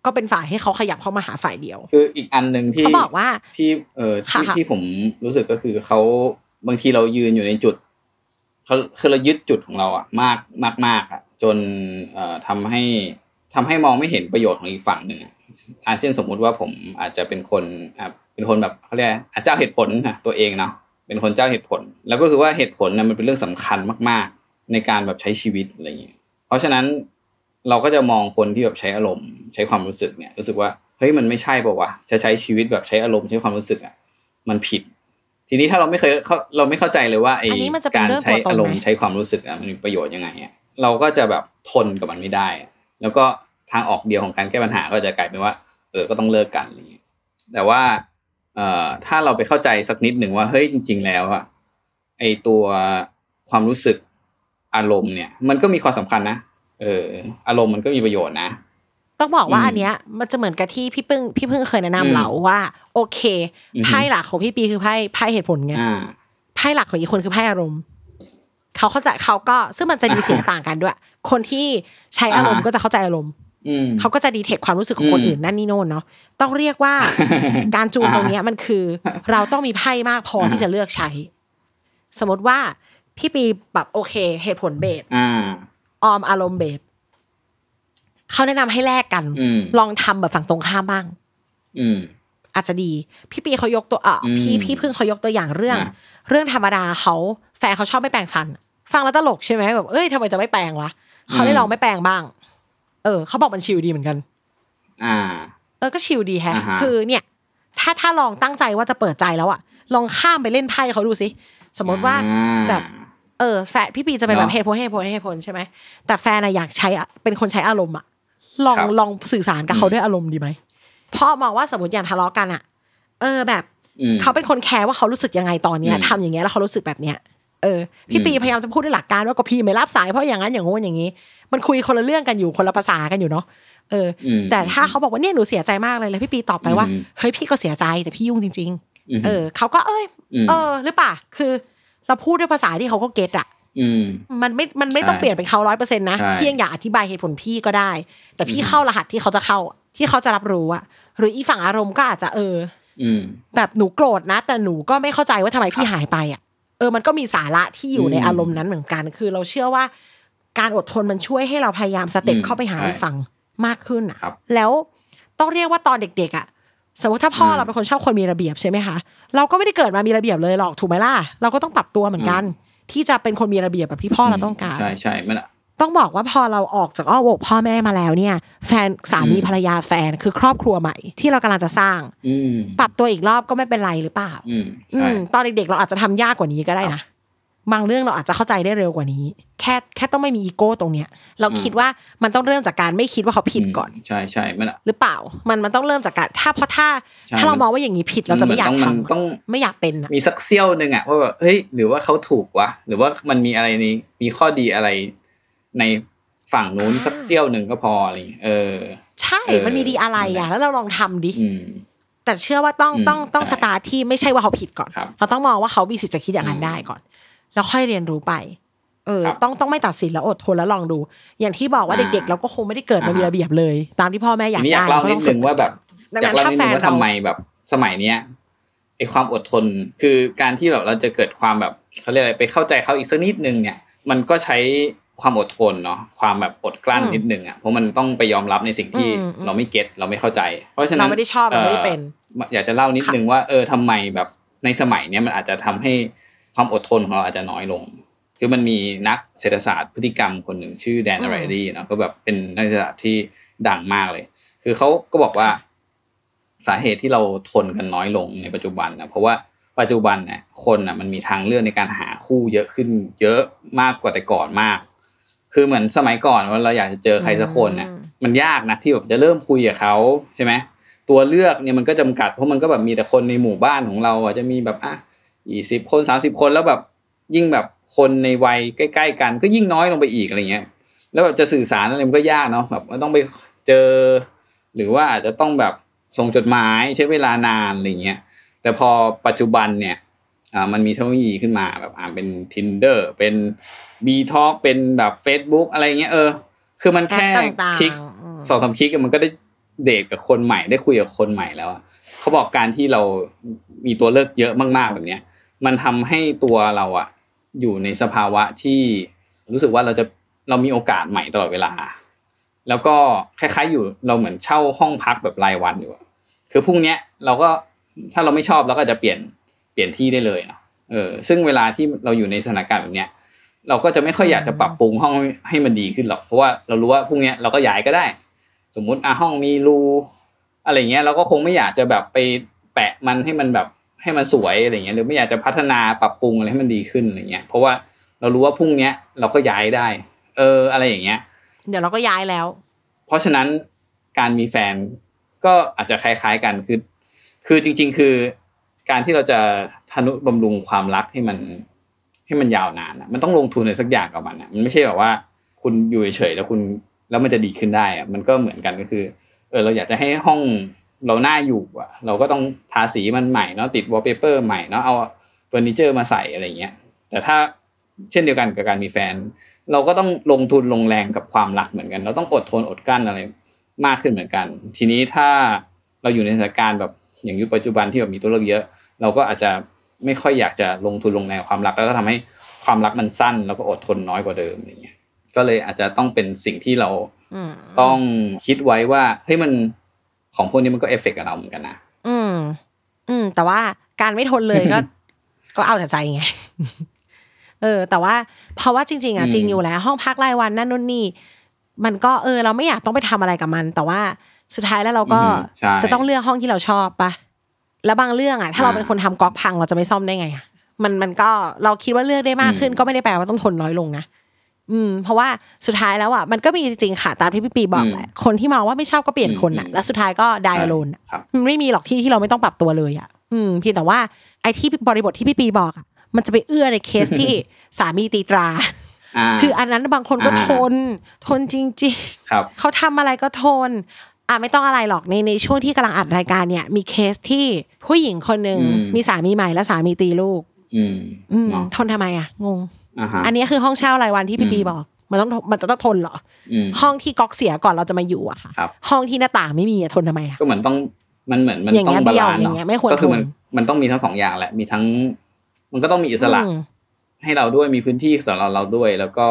[SPEAKER 1] ก็เป็นฝ่ายให้เขาขยับเข้ามาหาฝ่ายเดียว
[SPEAKER 2] คืออีกอันหนึ่งที่
[SPEAKER 1] เขาบอกว่า
[SPEAKER 2] ที่เออที่
[SPEAKER 1] ค่ะ
[SPEAKER 2] ที่ผมรู้สึกก็คือเขาบางทีเรายืนอยู่ในจุดเขาคือเรายึดจุดของเราอะมากมากมากอะจนเอ่อทำให้ทำให้มองไม่เห็นประโยชน์ของอีกฝั่งหนึ่งอะอาเช่นสมมุติว่าผมอาจจะเป็นคนอ่ะเป็นคนแบบเขาเรียกอาเจ้าเหตุผลอะตัวเองเนาะเป็นคนเจ้าเหตุผล แล้วก็รู้สึกว่าเหตุผลนะมันเป็นเรื่องสำคัญมาก ๆ ในการแบบใช้ชีวิตอะไรอย่างเงี้ย เพราะฉะนั้นเราก็จะมองคนที่แบบใช้อารมณ์ ใช้ความรู้สึกเนี่ยรู้สึกว่าเฮ้ยมันไม่ใช่ป่าวะจะใช้ชีวิตแบบใช้อารมณ์ใช้ความรู้สึกอ่ะมันผิด ทีนี้ถ้าเราไม่เคยเข้าเราไม่เข้าใจเลยว่าไอ้
[SPEAKER 1] อันนี้มันจะเป็น
[SPEAKER 2] การ
[SPEAKER 1] เรื่อง
[SPEAKER 2] ใช้อารมณ์
[SPEAKER 1] ตัวตนไหม
[SPEAKER 2] ใช้ความรู้สึกอ่ะมันมีประโยชน์ยังไงอ่ะเราก็จะแบบทนกับมันไม่ได้อะแล้วก็ทางออกเดียวของการแก้ปัญหาก็จะกลายเป็นว่า เออก็ต้องเลิกกันอะไรอย่างเงี้ยแต่ว่า เอ่อถ้าเราไปเข้าใจสักนิดหนึ่งว่าเฮ้ยจริง ๆ แล้วอะไอตัวความรู้สึกอารมณ์เนี่ย มันก็มีความสำคัญนะเออ อารมณ์มันก็มีประโยชน์นะ
[SPEAKER 1] ต้องบอกว่า
[SPEAKER 2] อืม
[SPEAKER 1] อันเนี้ย มันจะเหมือนกับที่พี่ปึ้งพี่พึ่งเคยแนะนำ
[SPEAKER 2] อืม
[SPEAKER 1] เราว่า โอเค
[SPEAKER 2] อือฮึ
[SPEAKER 1] ไพ่หลักของพี่ปีคือไพ่ไพ่เหตุผลไง
[SPEAKER 2] อ่า
[SPEAKER 1] ไพ่หลักของอีกคนคือไพ่อารมณ์เขาเข้าใจเขาก็ซึ่งมันจะดีเสียงต่างกันด้วย คนที่ใช้อารมณ์
[SPEAKER 2] อ่า
[SPEAKER 1] ก็จะเข้าใจอารมณ์
[SPEAKER 2] อืม
[SPEAKER 1] เขาก็จะดีเทคความรู้สึกของคน
[SPEAKER 2] อืม
[SPEAKER 1] อื่นนั่นนี่โน่นเนาะต้องเรีย กว่า การจูน
[SPEAKER 2] อ่า
[SPEAKER 1] ตรงเนี้ยมันคือ เราต้องมีไพ่มากพออา ที่จะเลือกใช้ สมมติว่าพี่ปีแบบโอเค เหตุผลเบส
[SPEAKER 2] อ่า
[SPEAKER 1] ออมอารมณ์เบสเขาแนะนำให้แลกกัน
[SPEAKER 2] อืม
[SPEAKER 1] ลองทำแบบฝั่งตรงข้ามบ้าง
[SPEAKER 2] อืม
[SPEAKER 1] อาจจะดี พี่ปีเขายกตัวเอ่ออ
[SPEAKER 2] ม
[SPEAKER 1] พี่พี่เพิ่งเขายกตัวอย่างเรื่อง
[SPEAKER 2] อ่ะ
[SPEAKER 1] เรื่องธรรมดาเขาแฟนเขาชอบไม่แปรงฟัน ฟังแล้วตลกใช่ไหมแบบเอ้ยทำไมจะไม่แปรงวะเขาได้ลองไม่แปรงบ้าง เออเขาบอกมันชิลดีเหมือนกัน
[SPEAKER 2] อ่า
[SPEAKER 1] เออก็ชิลดีแฮะ
[SPEAKER 2] อ่าฮะ
[SPEAKER 1] คือเนี่ย ถ้าถ้าลองตั้งใจว่าจะเปิดใจแล้วอะลองข้ามไปเล่นไพ่เขาดูสิสมมติว่า
[SPEAKER 2] อ่
[SPEAKER 1] แบบ เออแฟนพี่ปีจะเป็นแบบ
[SPEAKER 2] เนอะ
[SPEAKER 1] เหตุผลเหตุผลเหตุผลใช่ไหมแต่แฟนอะอยากใช้อะเป็นคนใช้อารมณ์อะลอง
[SPEAKER 2] ครับ
[SPEAKER 1] ลองสื่อสารกั
[SPEAKER 2] อื
[SPEAKER 1] บ
[SPEAKER 2] ม
[SPEAKER 1] เขาด้วยอารมณ์ดีไหมเพราะมองว่าสมมติอย่างทะเลาะกันอะเออแบบ
[SPEAKER 2] อืม
[SPEAKER 1] เขาเป็นคนแคร์ว่าเขารู้สึกยังไงตอนเนี้ย
[SPEAKER 2] อืม
[SPEAKER 1] ทำอย่างเงี้ยแล้วเขารู้สึกแบบเนี้ยเออพี่
[SPEAKER 2] อืม
[SPEAKER 1] ปีพยายามจะพูดด้วยหลักการว่าก็พี่ไม่รับสายเพราะอย่างนั้นอย่างงู้นอย่างนี้ มันคุยคนละเรื่องกันอยู่คนละภาษากันอยู่เนาะเอออ
[SPEAKER 2] อืม
[SPEAKER 1] แต่ถ้าเขาบอกว่าเนี่ยหนูเสียใจมากเลยแล้วพี่ปีตอบไปว่า
[SPEAKER 2] อืม
[SPEAKER 1] เฮ้ยพี่ก็เสียใจแต่พี่ยุ่งจริง
[SPEAKER 2] ม
[SPEAKER 1] ๆ เออเขาก็เอ้ย
[SPEAKER 2] ม
[SPEAKER 1] เออหรือเปล่าคือ เราพูดด้วยภาษาที่เขาก็เก็ตอะ
[SPEAKER 2] อืม
[SPEAKER 1] มันไม่ มันไม่ต้อง
[SPEAKER 2] ใช่
[SPEAKER 1] เปลี่ยนเป็นเขาร้อยเปอร์เซ็นต์นะ
[SPEAKER 2] ใช่
[SPEAKER 1] พี่ยังอยากอธิบายเหตุผลพี่ก็ได้ แต่พี่เข้ารหัสที่เขาจะเข้าอะที่เขาจะรับรู้อะหรืออีฝั่งอารมณ์ก็อาจจะเออ
[SPEAKER 2] อืม
[SPEAKER 1] แบบหนูโกรธนะ แต่หนูก็ไม่เข้าใจว่าทำไมพี่หายไปอ่ะเออมันก็มีสาระที่อยู่
[SPEAKER 2] อืม
[SPEAKER 1] ในอารมณ์นั้นเหมือนกัน คือเราเชื่อว่า การอดทนมันช่วยให้เราพยายามสเต็ป
[SPEAKER 2] อืม
[SPEAKER 1] เข้าไปหา
[SPEAKER 2] ใช่
[SPEAKER 1] อีกฝั่งมากขึ้นอ่ะ
[SPEAKER 2] ครับ
[SPEAKER 1] แล้วต้องเรียกว่าตอนเด็กๆอ่ะสมมติถ้าพ่ออ
[SPEAKER 2] ม
[SPEAKER 1] เราเป็นคนชอบคนมีระเบียบใช่ไหมคะเราก็ไม่ได้เกิดมามีระเบียบเลยหรอกถูกไหมล่ะเราก็ต้องปรับตัวเหมือนกัน ที่จะเป็นคนมีระเบียบแบบที่พ่อเราต้องการ
[SPEAKER 2] ใช่ใช่มันอะ
[SPEAKER 1] ต้องบอกว่าพอเราออกจากอ้อมอกพ่อแม่มาแล้วเนี่ย แฟนสามี
[SPEAKER 2] อืม
[SPEAKER 1] ภรรยาแฟนคือครอบครัวใหม่ ที่เรากำลังจะสร้าง
[SPEAKER 2] อืม
[SPEAKER 1] ปรับตัวอีกรอบก็ไม่เป็นไรหรือเปล่า
[SPEAKER 2] อืม
[SPEAKER 1] อื
[SPEAKER 2] ใช่
[SPEAKER 1] มตอนเด็กๆเราอาจจะทำยากกว่านี้ก็ได้นะ บางเรื่องเราอาจจะเข้าใจได้เร็วกว่านี้ แค่แค่ต้องไม่มีอีโก้ตรงเนี้ย เรา
[SPEAKER 2] อืม
[SPEAKER 1] คิดว่ามันต้องเริ่มจากการไม่คิดว่าเขาผิดก่อน
[SPEAKER 2] มใช่ใช่มันอะ
[SPEAKER 1] หรือเปล่า มันมันต้องเริ่มจากการถ้าเพราะถ้า
[SPEAKER 2] ใช่
[SPEAKER 1] ถ้าเรามองว่าอย่างนี้ผิดเราจะไม่อยาก
[SPEAKER 2] มันต้องมัน
[SPEAKER 1] ทำ
[SPEAKER 2] ต้อง
[SPEAKER 1] ไม่อยากเป็นอะ
[SPEAKER 2] มีสักเซี่ยวหนึ่งอะว่าแบบเฮ้ยหรือว่าเขาถูกวะหรือว่ามันมีอะไรนี้มีข้อดีอะไร ในฝั่งนู้นสักเซี่ยวหนึ่งก็พออะไรอย่างเงี้ยเออ
[SPEAKER 1] ใช่
[SPEAKER 2] เออ
[SPEAKER 1] มันมีดีอะไรอ่ะ
[SPEAKER 2] นั่นแหละ
[SPEAKER 1] แล้วเราลองทำดิ
[SPEAKER 2] อืม
[SPEAKER 1] แต่เชื่อว่าต้อง
[SPEAKER 2] อืม
[SPEAKER 1] ต้องต้อง
[SPEAKER 2] ใช่
[SPEAKER 1] สตาร์ทที่ไม่ใช่ว่าเขาผิดก่อน
[SPEAKER 2] ครับ
[SPEAKER 1] เราต้องมองว่าเขามีสิทธิ์จะคิดอย่างนั้น
[SPEAKER 2] อืม
[SPEAKER 1] ได้ก่อน แล้วค่อยเรียนรู้ไป เออ
[SPEAKER 2] ครับ
[SPEAKER 1] ต้องต้องไม่ตัดสินแล้วอดทนแล้วลองดู อย่างที่บอกว่า
[SPEAKER 2] อ่า
[SPEAKER 1] เด็กๆ เราก็คงไม่ได้เกิดมา
[SPEAKER 2] อ่ามี
[SPEAKER 1] มีระเบียบเลย ตามที่พ่อแม่อยาก
[SPEAKER 2] นี่อ
[SPEAKER 1] ได้
[SPEAKER 2] ยากเล่า
[SPEAKER 1] ก็
[SPEAKER 2] นิ
[SPEAKER 1] ต้
[SPEAKER 2] ด
[SPEAKER 1] อ
[SPEAKER 2] นึงว่าแบบ
[SPEAKER 1] ดัง
[SPEAKER 2] อยา
[SPEAKER 1] นั้
[SPEAKER 2] ก
[SPEAKER 1] น
[SPEAKER 2] เล่า
[SPEAKER 1] ถ้า
[SPEAKER 2] นิด
[SPEAKER 1] แฟ
[SPEAKER 2] นึง
[SPEAKER 1] น
[SPEAKER 2] ว่า
[SPEAKER 1] เรา
[SPEAKER 2] ทำไมแบบสมัยเนี้ยไอความอดทนคือการที่แบบเราจะเกิดความแบบเขาเรียกอะไรไปเข้าใจเขาอีกสักนิดนึงเนี่ย มันก็ใช้ความอดทนเนาะความแบบอดกลั้นนิดนึงอ่ะเพราะมันต้องไปยอมรับในสิ่งที่เราไม่เก็ตเราไม่เข้าใจ เพราะฉะนั้น
[SPEAKER 1] เราไม่ได้ชอบเราไม่ได้เป็น
[SPEAKER 2] อยากจะเล่านิดนึงว่าเออทำไมแบบในสมัยเนี้ยมันอาจจะทำให้ความอดทนของเราอาจจะน้อยลง คือมันมีนักเศรษฐศาสตร์พฤติกรรมคนหนึ่งชื่อแดน
[SPEAKER 1] อืม
[SPEAKER 2] อะไรดีเนาะก็แบบเป็นนักเศรษฐศาสตร์ที่ดังมากเลย คือเขาก็บอกว่า สาเหตุที่เราทนกันน้อยลงในปัจจุบันนะเพราะว่าปัจจุบันเนี่ยคนน่ะมันมีทางเลือกในการหาคู่เยอะขึ้น เยอะมากกว่าแต่ก่อนมาก คือเหมือนสมัยก่อนว่าเราอยากจะเจอใครสักคนเนี่ย มันยากนะที่แบบจะเริ่มคุยกับเขาใช่ไหมตัวเลือกเนี่ยมันก็จำกัดเพราะมันก็แบบมีแต่คนในหมู่บ้านของเราอ่ะจะมีแบบอ่ะยี่สิบคนสามสิบคนแล้วแบบยิ่งแบบคนในวัยใกล้ ๆ กัน ก็ยิ่งน้อยลงไปอีกอะไรเงี้ย แล้วแบบจะสื่อสารอะไรมันก็ยากเนาะแบบมันต้องไปเจอ หรือว่าอาจจะต้องแบบส่งจดหมายใช้เวลานานอะไรเงี้ยแต่พอปัจจุบันเนี่ยอ่ามันมีเทคโนโลยีขึ้นมาแบบอ่าเป็น tinder เป็น b t a l k เป็นแบบ Facebook อะไรเงี้ยเออ คือมันแค่
[SPEAKER 1] แอปต่างๆ
[SPEAKER 2] คลิก
[SPEAKER 1] อืม
[SPEAKER 2] สองสามคลิกมันก็ได้เดทกับคนใหม่ได้คุยกับคนใหม่แล้วอะเขาบอกการที่เรามีตัวเลือกเยอะมากๆแบบเนี้ย มันทำให้ตัวเราอะอยู่ในสภาวะที่รู้สึกว่าเราจะเรามีโอกาสใหม่ตลอดเวลา แล้วก็คล้ายๆอยู่เราเหมือนเช่าห้องพักแบบรายวันอยู่อะคือพรุ่งเนี้ยเราก็ถ้าเราไม่ชอบเราก็อาจจะเปลี่ยนเปลี่ยนที่ได้เลยเนาะเออ ซึ่งเวลาที่เราอยู่ในสถานการณ์แบบเนี้ย เราก็จะไม่ค่อยอยากจะปรับปรุงห้องให้ให้มันดีขึ้นหรอกเพราะว่าเรารู้ว่าพรุ่งเนี้ยเราก็ย้ายก็ได้ สมมุติอ่ะห้องมีรูอะไรเงี้ยเราก็คงไม่อยากจะแบบไปแปะมันให้มันแบบให้มันสวยอะไรเงี้ยหรือไม่อยากจะพัฒนาปรับปรุงอะไรให้มันดีขึ้นอะไรเงี้ยเพราะว่าเรารู้ว่าพรุ่งเนี้ยเราก็ย้ายได้ เอออะไรอย่างเงี้ย
[SPEAKER 1] เดี๋ยวเราก็ย้ายแล้ว
[SPEAKER 2] เพราะฉะนั้นการมีแฟนก็อาจจะคล้าย ๆกันคือ คือจริง ๆ คือการที่เราจะทนุบำรุงความรักให้มันให้มันยาวนานอะมันต้องลงทุนอะไรสักอย่างกับมันอะมันไม่ใช่แบบว่า คุณอยู่เฉยๆแล้วคุณแล้วมันจะดีขึ้นได้อะมันก็เหมือนกันก็คือ เออเราอยากจะให้ห้องเราหน้าอยู่อะเราก็ต้องทาสีมันใหม่เนาะติดวอลเปเปอร์ใหม่เนาะเอาเฟอร์นิเจอร์มาใส่อะไรเงี้ย แต่ถ้าเช่นเดียวกันกับการมีแฟน เราก็ต้องลงทุนลงแรงกับความรักเหมือนกัน เราต้องอดทนอดกลั้นอะไรมากขึ้นเหมือนกัน ทีนี้ถ้าเราอยู่ในสถานการณ์แบบอย่างยุคปัจจุบันที่แบบมีตัวเลือกเยอะ เราก็อาจจะไม่ค่อยอยากจะลงทุนลงแรงกับความรักแล้วก็ทำให้ความรักมันสั้น แล้วก็อดทนน้อยกว่าเดิมอย่างเงี้ยก็เลยอาจจะต้องเป็นสิ่งที่เรา
[SPEAKER 1] อืม
[SPEAKER 2] ต้องคิดไว้ว่าเฮ้ยมันของพวกนี้มันก็เอฟเฟกต์กับเราเหมือนกันนะ
[SPEAKER 1] อืม อืม แต่ว่าการไม่ทนเลยก็ ก็เอาแต่ใจ ไง เออ แต่ว่าเพราะว่าจริง ๆอ่ะ
[SPEAKER 2] อืม
[SPEAKER 1] จริงอยู่แล้ว ห้องพักรายวันนั่นนู่นนี่มันก็เออ เราไม่อยากต้องไปทำอะไรกับมัน แต่ว่าสุดท้ายแล้วเราก็
[SPEAKER 2] อืมใช่
[SPEAKER 1] จะต้องเลือกห้องที่เราชอบปะแล้วบางเรื่องอ่ะ ถ้าเรา
[SPEAKER 2] อ่า
[SPEAKER 1] เป็นคนทำก๊อกพังเราจะไม่ซ่อมได้ไงอะมันมันก็เราคิดว่าเลือกได้มากขึ้น
[SPEAKER 2] อืม
[SPEAKER 1] ก็ไม่ได้แปลว่าต้องทนน้อยลงนะอืม เพราะว่าสุดท้ายแล้วอ่ะมันก็มีจริงๆค่ะตามที่พี่ปีบอก
[SPEAKER 2] อืม
[SPEAKER 1] แหละคนที่มองว่าไม่ชอบก็เปลี่ยนคนอ่ะ
[SPEAKER 2] อืม
[SPEAKER 1] แล้วสุดท้ายก็ไดอะโลน
[SPEAKER 2] ครับ
[SPEAKER 1] มันไม่มีหรอกที่ที่เราไม่ต้องปรับตัวเลยอ่ะ อืมเพียงแต่ว่าไอ้ที่บริบทที่พี่ปีบอกอ่ะ มันจะไปเอื้อในเค สที่ สามีตีตรา
[SPEAKER 2] อ่า
[SPEAKER 1] คืออันนั้นบางคนก็
[SPEAKER 2] อ่า
[SPEAKER 1] ทน ทนจริง
[SPEAKER 2] ครับ
[SPEAKER 1] ๆ เขาทำอะไรก็ทน อ่ะไม่ต้องอะไรหรอกในในช่วงที่กำลังอัดรายการเนี่ย มีเคสที่ผู้หญิงคนหนึ่ง
[SPEAKER 2] อืม
[SPEAKER 1] มีสามีใหม่และสามีตีลูก
[SPEAKER 2] อืม
[SPEAKER 1] อืม
[SPEAKER 2] เนาะ
[SPEAKER 1] ทนทำไมอ่ะ งง
[SPEAKER 2] อ่าฮะ
[SPEAKER 1] อันนี้คือห้องเช่ารายวันที่พี่ปีบอก มันต้องมันจะต้องทนเหรอ
[SPEAKER 2] อืม
[SPEAKER 1] ห้องที่ก๊อกเสียก่อนเราจะมาอยู่อะค่ะ
[SPEAKER 2] ครับ
[SPEAKER 1] ห้องที่หน้าต่างไม่มีอะทนทำไมอะ
[SPEAKER 2] ก็เหมือนต้องมันเหมือนมัน
[SPEAKER 1] อย่าง
[SPEAKER 2] ต้อ
[SPEAKER 1] เงี้
[SPEAKER 2] ง
[SPEAKER 1] ย
[SPEAKER 2] บา
[SPEAKER 1] เดี่ยว
[SPEAKER 2] ลานซ์
[SPEAKER 1] อย่า
[SPEAKER 2] เนาะ
[SPEAKER 1] งเงี้ยไม่ควร
[SPEAKER 2] ก็คือมัน
[SPEAKER 1] ทน
[SPEAKER 2] มันต้องมีทั้งสองอย่างแหละ มีทั้ง มันก็ต้องมีอิสระ
[SPEAKER 1] อืม
[SPEAKER 2] ให้เราด้วยมีพื้นที่สำหรับเราด้วย แล้วก็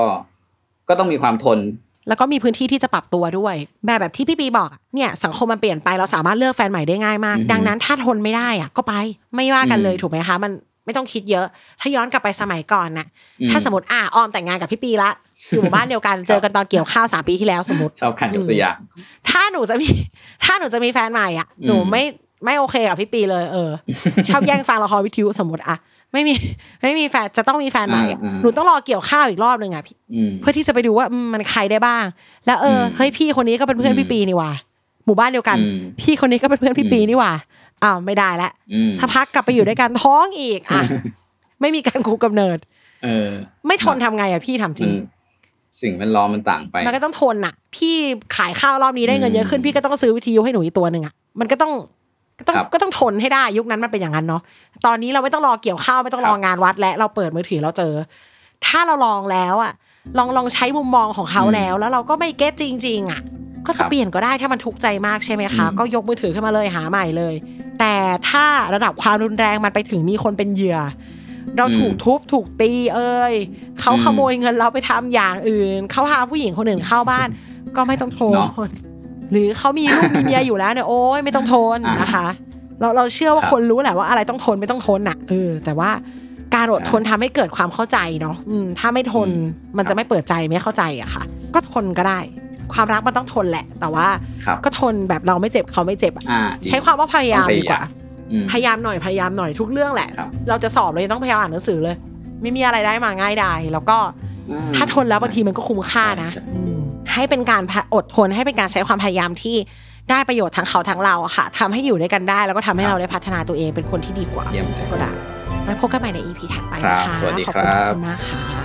[SPEAKER 2] ก็ต้องมีความทน
[SPEAKER 1] แล้วก็มีพื้นที่ที่จะปรับตัวด้วย แบบแบบที่พี่ปีบอกอะเนี่ยสังคมมันเปลี่ยนไปเราสามารถเลือกแฟนใหม่ได้ง่ายมาก
[SPEAKER 2] อือฮึ
[SPEAKER 1] ดังนั้นถ้าทนไม่ได้อะก็ไปไม่ว่ากันเลย
[SPEAKER 2] อืม
[SPEAKER 1] ถูกไหมคะมันไม่ต้องคิดเยอะ ถ้าย้อนกลับไปสมัยก่อนน่ะ
[SPEAKER 2] อื
[SPEAKER 1] ถ้าสมมติอ่ะออมแต่งงานกับพี่ปีละอยู่หมู่บ้านเดียวกันเจอกันตอนเกี่ยวข้าวสามปีที่แล้วสมมติ
[SPEAKER 2] ชอบขันยกตัวอย่าง
[SPEAKER 1] ถ้าหนูจะมี ถ้าหนูจะมีแฟนใหม่อ่ะ
[SPEAKER 2] อืม
[SPEAKER 1] หนูไม่ไม่โอเคกับพี่ปีเลยเออ ชอบแย่งฟังละครวิทยุสมมติอะไม่มีไม่มีแฟนจะต้องมีแฟนใหม่อะหนูต้องรอเกี่ยวข้าวอีกรอบหนึ่งอะพี่
[SPEAKER 2] อืม
[SPEAKER 1] เพื่อที่จะไปดูว่าอืมมันใครได้บ้าง แล้วเอออ
[SPEAKER 2] ม
[SPEAKER 1] เฮ้ยพี่คนนี้ก็เป็นเพื่อนพี่ปีนี่หว่าหมู่บ้านเดียวกัน
[SPEAKER 2] อืม
[SPEAKER 1] พี่คนนี้ก็เป็นเพื่อนพี่ปีนี่หว่าอ้าวไม่ได้ละ
[SPEAKER 2] อืม
[SPEAKER 1] สักพักกลับไปอยู่ด้วยกันท้องอีกอะไม่มีการคุมกำเนิด
[SPEAKER 2] เออ
[SPEAKER 1] ไม่ทนทำไงอะพี่ถามจริ
[SPEAKER 2] มัน
[SPEAKER 1] ง
[SPEAKER 2] สิ่งแวดล้อมมันต่างไป
[SPEAKER 1] มันก็ต้องทนน่ะ พี่ขายข้าวรอบนี้ได้เงินเยอะขึ้น
[SPEAKER 2] อืม
[SPEAKER 1] พี่ก็ต้องซื้อวิทยุให้หนูอีกตัวหนึ่งอ่ะ มันก็ต้องก็ต้อง
[SPEAKER 2] ครับ
[SPEAKER 1] ก็ต้องทนให้ได้ยุคนั้นมันเป็นอย่างนั้นเนาะ ตอนนี้เราไม่ต้องรอเกี่ยวข้าวไม่ต้องรอ
[SPEAKER 2] ครับ
[SPEAKER 1] งานวัดและเราเปิดมือถือเราเจอ ถ้าเราลองแล้วอ่ะ ลองลองใช้มุมมองของเขา
[SPEAKER 2] อืม
[SPEAKER 1] แล้ว แล้วเราก็ไม่เก็ตจริง ๆ อ่ะ ก็
[SPEAKER 2] ครั
[SPEAKER 1] จะ
[SPEAKER 2] บ
[SPEAKER 1] เปลี่ยนก็ได้ถ้ามันทุกข์ใจมากใช่ไหมคะ
[SPEAKER 2] อืม
[SPEAKER 1] ก็ยกมือถือขึ้นมาเลยหาใหม่เลย แต่ถ้าระดับความรุนแรงมันไปถึงมีคนเป็นเหยื่อ เราถูก
[SPEAKER 2] อืม
[SPEAKER 1] ทุบถูกตีเอ่ยเขา
[SPEAKER 2] อืม
[SPEAKER 1] ขโมยเงินเราไปทำอย่างอื่น เขาพาผู้หญิงคนอื่นเข้าบ้าน ก็ไม่ต้องทน
[SPEAKER 2] เนาะ
[SPEAKER 1] หรือเขามีลูกมีเมียอยู่แล้วเนี่ยโอ๊ยไม่ต้องทน
[SPEAKER 2] อ่าน
[SPEAKER 1] นะคะ เราเราเชื่อ
[SPEAKER 2] ค
[SPEAKER 1] ว่า
[SPEAKER 2] รับ
[SPEAKER 1] คนรู้แหละว่าอะไรต้องทนไม่ต้องทนน่ะเออแต่ว่าการอดทนทำให้เกิดความเข้าใจเนาะอืมถ้าไม่ทน
[SPEAKER 2] อืม
[SPEAKER 1] มัน
[SPEAKER 2] ครั
[SPEAKER 1] จะ
[SPEAKER 2] บ
[SPEAKER 1] ไม่เปิดใจไม่เข้าใจอะค่ะ ก็ทนก็ได้ ความรักมันต้องทนแหละ แต่ว่า
[SPEAKER 2] ครับ
[SPEAKER 1] ก็ทนแบบเราไม่เจ็บเขาไม่เจ็บอะ
[SPEAKER 2] อ่า
[SPEAKER 1] ใช้ความว่าพยายามดีกว่า
[SPEAKER 2] อืม
[SPEAKER 1] พยายามหน่อยพยายามหน่อยทุกเรื่องแหละ
[SPEAKER 2] ครับ
[SPEAKER 1] เราจะสอบเรายังต้องพยายามอ่านหนังสือเลย ไม่มีอะไรได้มาง่ายดายแล้วก็
[SPEAKER 2] อืม
[SPEAKER 1] ถ้าทนแล้วบางทีมันก็คุ้มค่านะ
[SPEAKER 2] ใช่ใช่
[SPEAKER 1] อืมให้เป็นการอดทนให้เป็นการใช้ความพยายามที่ได้ประโยชน์ทั้งเขาทั้งเราอะค่ะทำให้อยู่ด้วยกันได้ แล้วก็ทำให้เราได้พัฒนาตัวเองเป็นคนที่ดีกว่า
[SPEAKER 2] เยี่ยมเลย
[SPEAKER 1] ก็ได้ไว้พบกันใหม่ใน EP ถัดไปนะคะ
[SPEAKER 2] ครับสวัสดี
[SPEAKER 1] ขอบคุณ
[SPEAKER 2] ครับ
[SPEAKER 1] ทุกคนมากค่ะ